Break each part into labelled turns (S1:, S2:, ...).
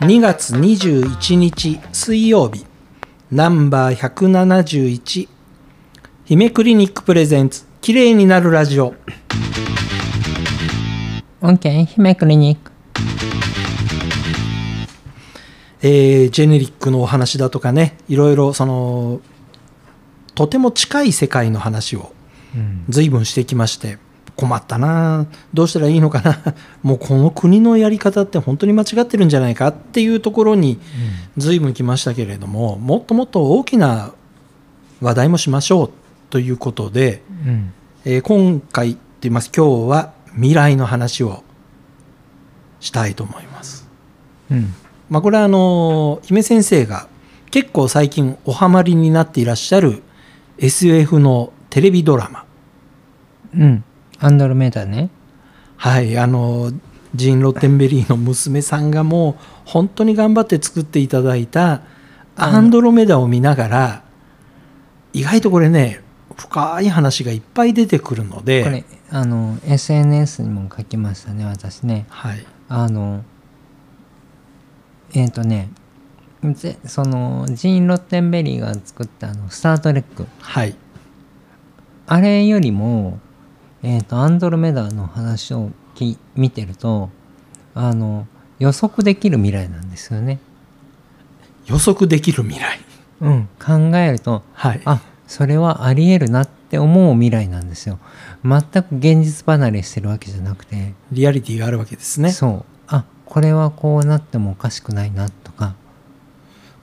S1: 2月21日水曜日ナンバー171姫クリニックプレゼンツ綺麗になるラジオ
S2: OK、姫クリニック。
S1: えージェネリックのお話だとかねいろいろそのとても近い世界の話を随分してきまして困ったなあどうしたらいいのかな もうこの国のやり方って本当に間違ってるんじゃないかっていうところに随分来ましたけれどももっともっと大きな話題もしましょうということで、
S2: うん。
S1: えー今回って言います今日は未来の話をしたいと思います。
S2: うん。
S1: まあ、これはあの姫先生が結構最近おハマりになっていらっしゃる SF のテレビドラマ
S2: うん。アンドロメータね。
S1: はいあのジーン・ロッテンベリーの娘さんがもう本当に頑張って作っていただいたアンドロメダを見ながら意外とこれね深い話がいっぱい出てくるので
S2: これ、あの、SNS にも書きましたね、私ね。
S1: はい
S2: あの、えっ、とね、ぜその、ジーン・ロッテンベリーが作ったあの、スタートレック。
S1: はい
S2: あれよりも、えっ、と、アンドロメダの話をき見てると、あの、予測できる未来なんですよね。
S1: 予測できる未来
S2: うん。考えると、
S1: はい
S2: あそれはありえるなって思う未来なんですよ全く現実離れしてるわけじゃなくて、
S1: リアリティがあるわけですね
S2: そうあこれはこうなってもおかしくないなとか、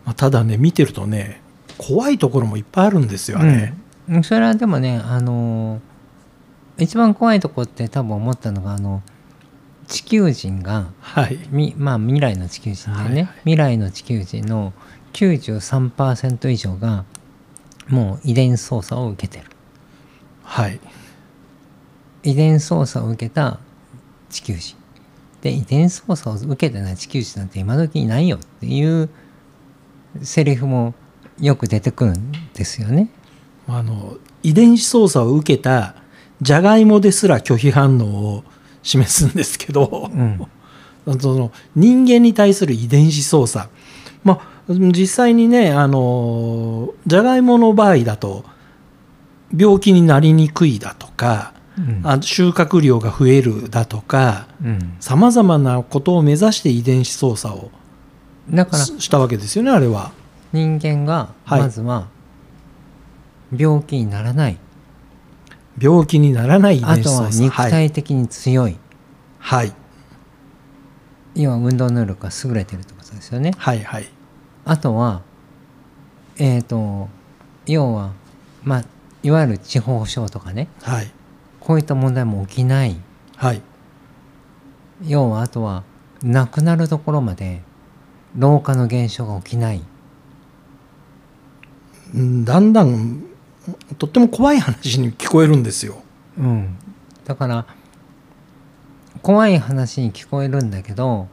S1: まあ、ただね見てるとね怖いところもいっぱいあるんですよね、
S2: うんそれはでもねあのー一番怖いとこって多分思ったのがあの地球人が
S1: はい
S2: みまあ未来の地球人だよね、
S1: はいはい
S2: 未来の地球人の93%以上がもう遺伝操作を受けてる
S1: はい
S2: 遺伝操作を受けた地球人で遺伝操作を受けてない地球人なんて今時いないよっていうセリフもよく出てくるんですよね。
S1: あの遺伝子操作を受けたジャガイモですら拒否反応を示すんですけど
S2: う、ん、
S1: その人間に対する遺伝子操作まあ実際にねあのジャガイモの場合だと病気になりにくいだとか、
S2: うん
S1: あ収穫量が増えるだとか
S2: うん、
S1: さまざまなことを目指して遺伝子操作を
S2: だから
S1: ししたわけですよねあれは。
S2: 人間が
S1: はい
S2: まずは病気にならない、
S1: 病気にならない遺
S2: あ
S1: 伝子
S2: と
S1: 操
S2: は
S1: 作
S2: 肉体的に強い、
S1: はい
S2: 要は運動能力が優れてるってことですよね。
S1: はいはいはい
S2: あとはえっ、と要はまあいわゆる地方症とかね
S1: はい
S2: こういった問題も起きない
S1: はい
S2: 要はあとは亡くなるところまで老化の現象が起きない
S1: うんだんだんとっても怖い話に聞こえるんですよ
S2: うん、だから怖い話に聞こえるんだけど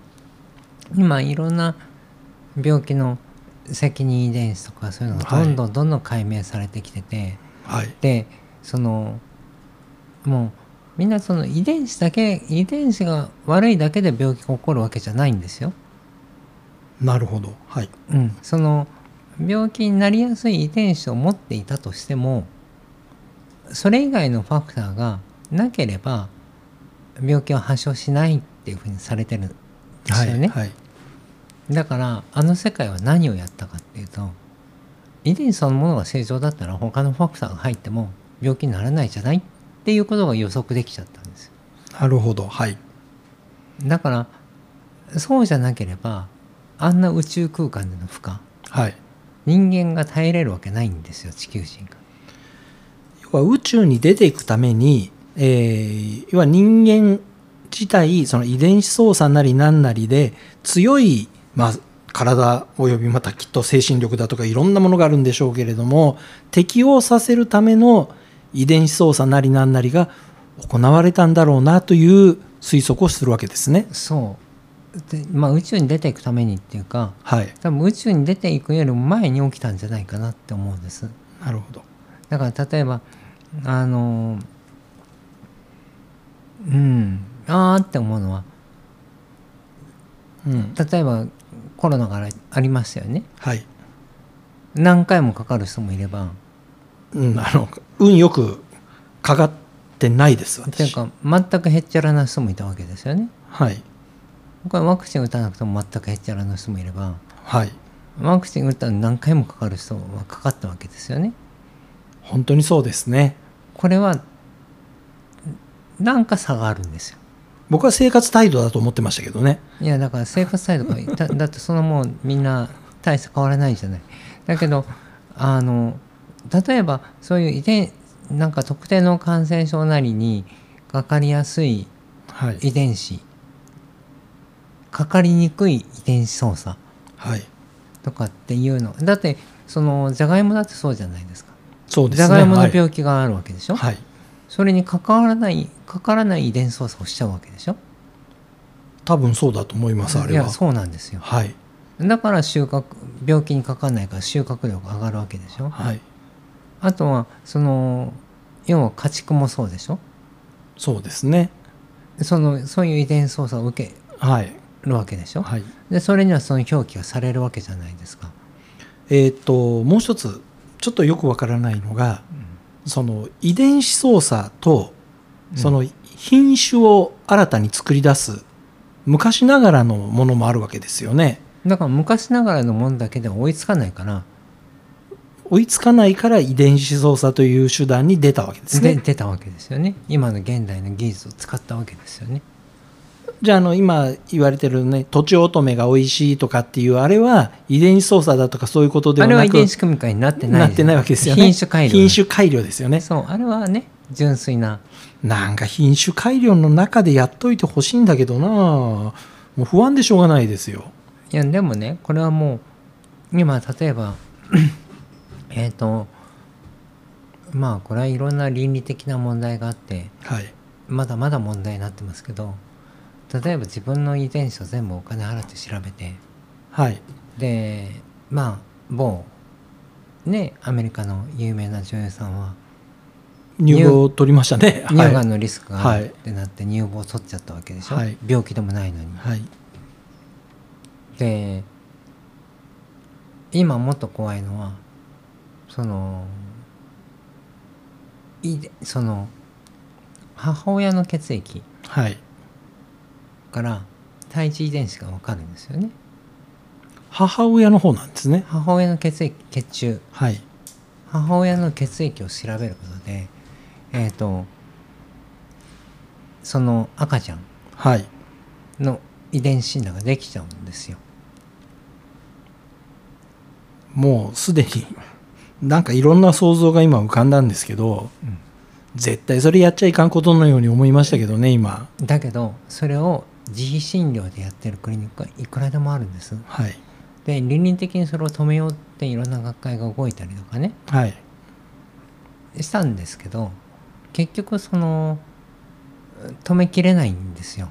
S2: 今いろんな病気の責任遺伝子とかそういうのが
S1: はい
S2: どんどんどんどん解明されてきてて、
S1: はい
S2: でそのもうみんなその遺伝子だけ遺伝子が悪いだけで病気が起こるわけじゃないんですよ。
S1: なるほどはい
S2: うん、その病気になりやすい遺伝子を持っていたとしてもそれ以外のファクターがなければ病気は発症しないっていうふうにされてるんですよね、
S1: はい
S2: だからあの世界は何をやったかっていうと遺伝子そのものが正常だったら他のファクターが入っても病気にならないじゃないっていうことが予測できちゃったんですよ
S1: なるほどはい
S2: だからそうじゃなければあんな宇宙空間での負荷
S1: はい
S2: 人間が耐えれるわけないんですよ地球人が。
S1: 要は宇宙に出ていくために、えー要は人間自体その遺伝子操作なりなんなりで強い、まあ、体およびまたきっと精神力だとかいろんなものがあるんでしょうけれども適応させるための遺伝子操作なりなんなりが行われたんだろうなという推測をするわけですね。
S2: そうで、まあ、宇宙に出ていくためにっていうか
S1: はい、
S2: 多分宇宙に出ていくよりも前に起きたんじゃないかなって思うんです
S1: なるほど。
S2: だから例えばあのうんあーって思うのは
S1: うん、
S2: 例えばコロナがありありましたよね
S1: はい、
S2: 何回もかかる人もいれば
S1: うん、あの運よくかかってないです
S2: っていう
S1: 私
S2: か全くへっちゃらな人もいたわけですよね
S1: はい
S2: これワクチン打たなくても全くへっちゃらな人もいれば
S1: はい
S2: ワクチン打ったのに何回もかかる人はかかったわけですよね
S1: 本当にそうですね
S2: これはなんか差があるんですよ
S1: 僕は生活態度だと思ってましたけどね
S2: いやだから生活態度が だだってそんなもんみんな大して変わらないじゃないだけどあの例えばそういう遺伝なんか特定の感染症なりにかかりやすい
S1: はい
S2: 遺伝子かかりにくい遺伝子操作
S1: はい
S2: とかっていうのだってそのじゃがいもだってそうじゃないですか
S1: そうで
S2: じゃ
S1: すね
S2: がいもの病気があるわけでしょ、
S1: はい、はい、
S2: それにかからないかからない遺伝操作をしちゃうわけでしょ
S1: 多分そうだと思いますあ
S2: い
S1: れは
S2: やそうなんですよ
S1: はい
S2: だから収穫病気にかからないから収穫量が上がるわけでしょ
S1: はい
S2: あとはその要は家畜もそうでしょ
S1: そうですね
S2: そのそういう遺伝操作を受け
S1: はい
S2: るわけでしょ、
S1: はい
S2: でそれにはその表記がされるわけじゃないですか、
S1: えーっともう一つちょっとよくわからないのがその遺伝子操作とその品種を新たに作り出す昔ながらのものもあるわけですよね
S2: だから昔ながらのもんだけでは追いつかないから
S1: 追いつかないから遺伝子操作という手段に出たわけです
S2: で
S1: ね
S2: 出たわけですよね今の現代の技術を使ったわけですよね
S1: じゃああの今言われてるねとちおとめが美味しいとかっていうあれは遺伝子操作だとかそういうことで
S2: あ
S1: は
S2: れは
S1: な
S2: 遺
S1: く
S2: 伝子組み換えになってない
S1: なってないわけですよね
S2: 品種改良
S1: 品種改良ですよね
S2: そうあれはね純粋な
S1: なんか品種改良の中でやっといてほしいんだけどなもう不安でしょうがないですよ
S2: いやでもねこれはもう今例えば えっとまあこれはいろんな倫理的な問題があって
S1: はい
S2: まだまだ問題になってますけど例えば自分の遺伝子を全部お金払って調べて
S1: はい
S2: でまあ某ねアメリカの有名な女優さんは
S1: 乳房を取りましたねはい
S2: 乳がんのリスクがあ
S1: はい
S2: るってなって乳房を取っちゃったわけでしょ、
S1: はい
S2: 病気でもないのに。
S1: はい
S2: で今もっと怖いのはそのいでその母親の血液
S1: はい
S2: から胎児遺伝子が分かるんですよね
S1: 母親の方なんですね
S2: 母親の血液血中
S1: はい
S2: 母親の血液を調べることでえっ、とその赤ちゃん
S1: はい
S2: の遺伝子診断ができちゃうんですよ
S1: もうすでに なんかいろんな想像が今浮かんだんですけど、
S2: うん
S1: 絶対それやっちゃいかんことのように思いましたけどね今
S2: だけどそれを自費診療でやってるクリニックはいくらでもあるんです
S1: はい
S2: で倫理的にそれを止めようっていろんな学会が動いたりとかね
S1: はい
S2: したんですけど結局その止めきれないんですよ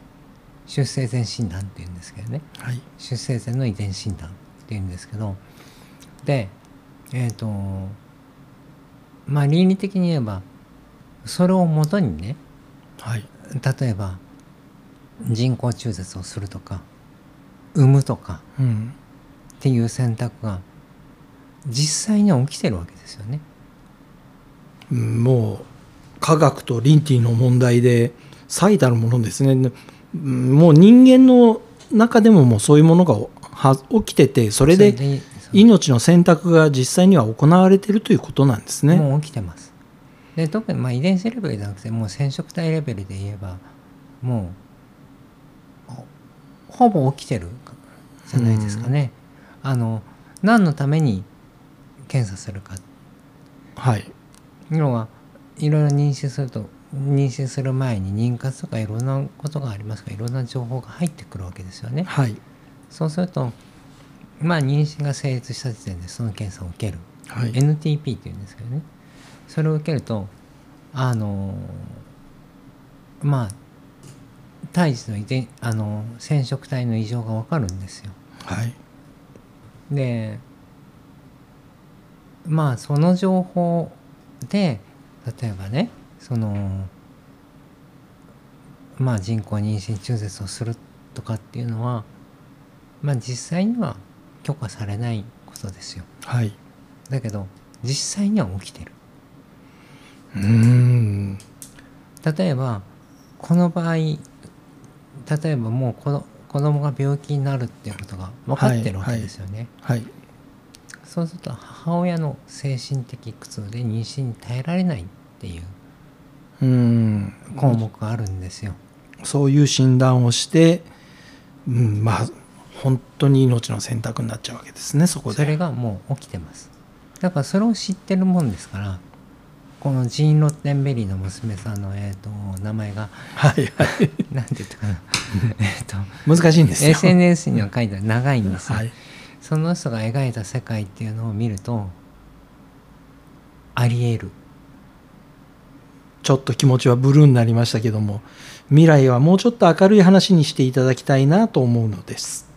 S2: 出生前診断っていうんですけどね
S1: はい
S2: 出生前の遺伝診断っていうんですけどでえっ、とまあ倫理的に言えばそれをもとにね
S1: はい
S2: 例えば人工中絶をするとか産むとか
S1: うん
S2: っていう選択が実際には起きてるわけですよね。
S1: うんもう科学と倫理の問題で最たるものですねうんもう人間の中でももうそういうものがは起きててそれで
S2: それ
S1: 命の選択が実際には行われてるということなんですね
S2: もう起きてます。で特にまあ遺伝子レベルじゃなくてもう染色体レベルで言えばもうほほぼ起きてるじゃないですかね。あの何のために検査するか
S1: はい
S2: 要はいろいろ妊娠すると妊娠する前に妊活とかいろんなことがありますからいろんな情報が入ってくるわけですよね。
S1: はい
S2: そうするとまあ妊娠が成立した時点でその検査を受ける、
S1: はい
S2: NTP っていうんですけどねそれを受けるとあのまあ胎児の遺伝あの染色体の異常がわかるんですよ。
S1: はい
S2: でまあその情報で例えばねそのまあ人工妊娠中絶をするとかっていうのはまあ実際には許可されないことですよ
S1: はい
S2: だけど実際には起きてる
S1: うーん
S2: 例えばこの場合例えばもうこの子供が病気になるっていうことが分かってるわけですよね、
S1: はい
S2: そうすると母親の精神的苦痛で妊娠に耐えられないっていう
S1: うーん
S2: 項目があるんですよ、
S1: そういう診断をして、うん、まあ本当に命の選択になっちゃうわけですねそこで
S2: それがもう起きてますだからそれを知ってるもんですからこのジーン・ロッテンベリーの娘さんの、えー、と名前が
S1: はい はい
S2: 何て言ったかな えっと
S1: 難しいんですよ、
S2: SNS には書いてある長いんですよ、
S1: はい、
S2: その人が描いた世界っていうのを見るとあり得る
S1: ちょっと気持ちはブルーになりましたけども未来はもうちょっと明るい話にしていただきたいなと思うのです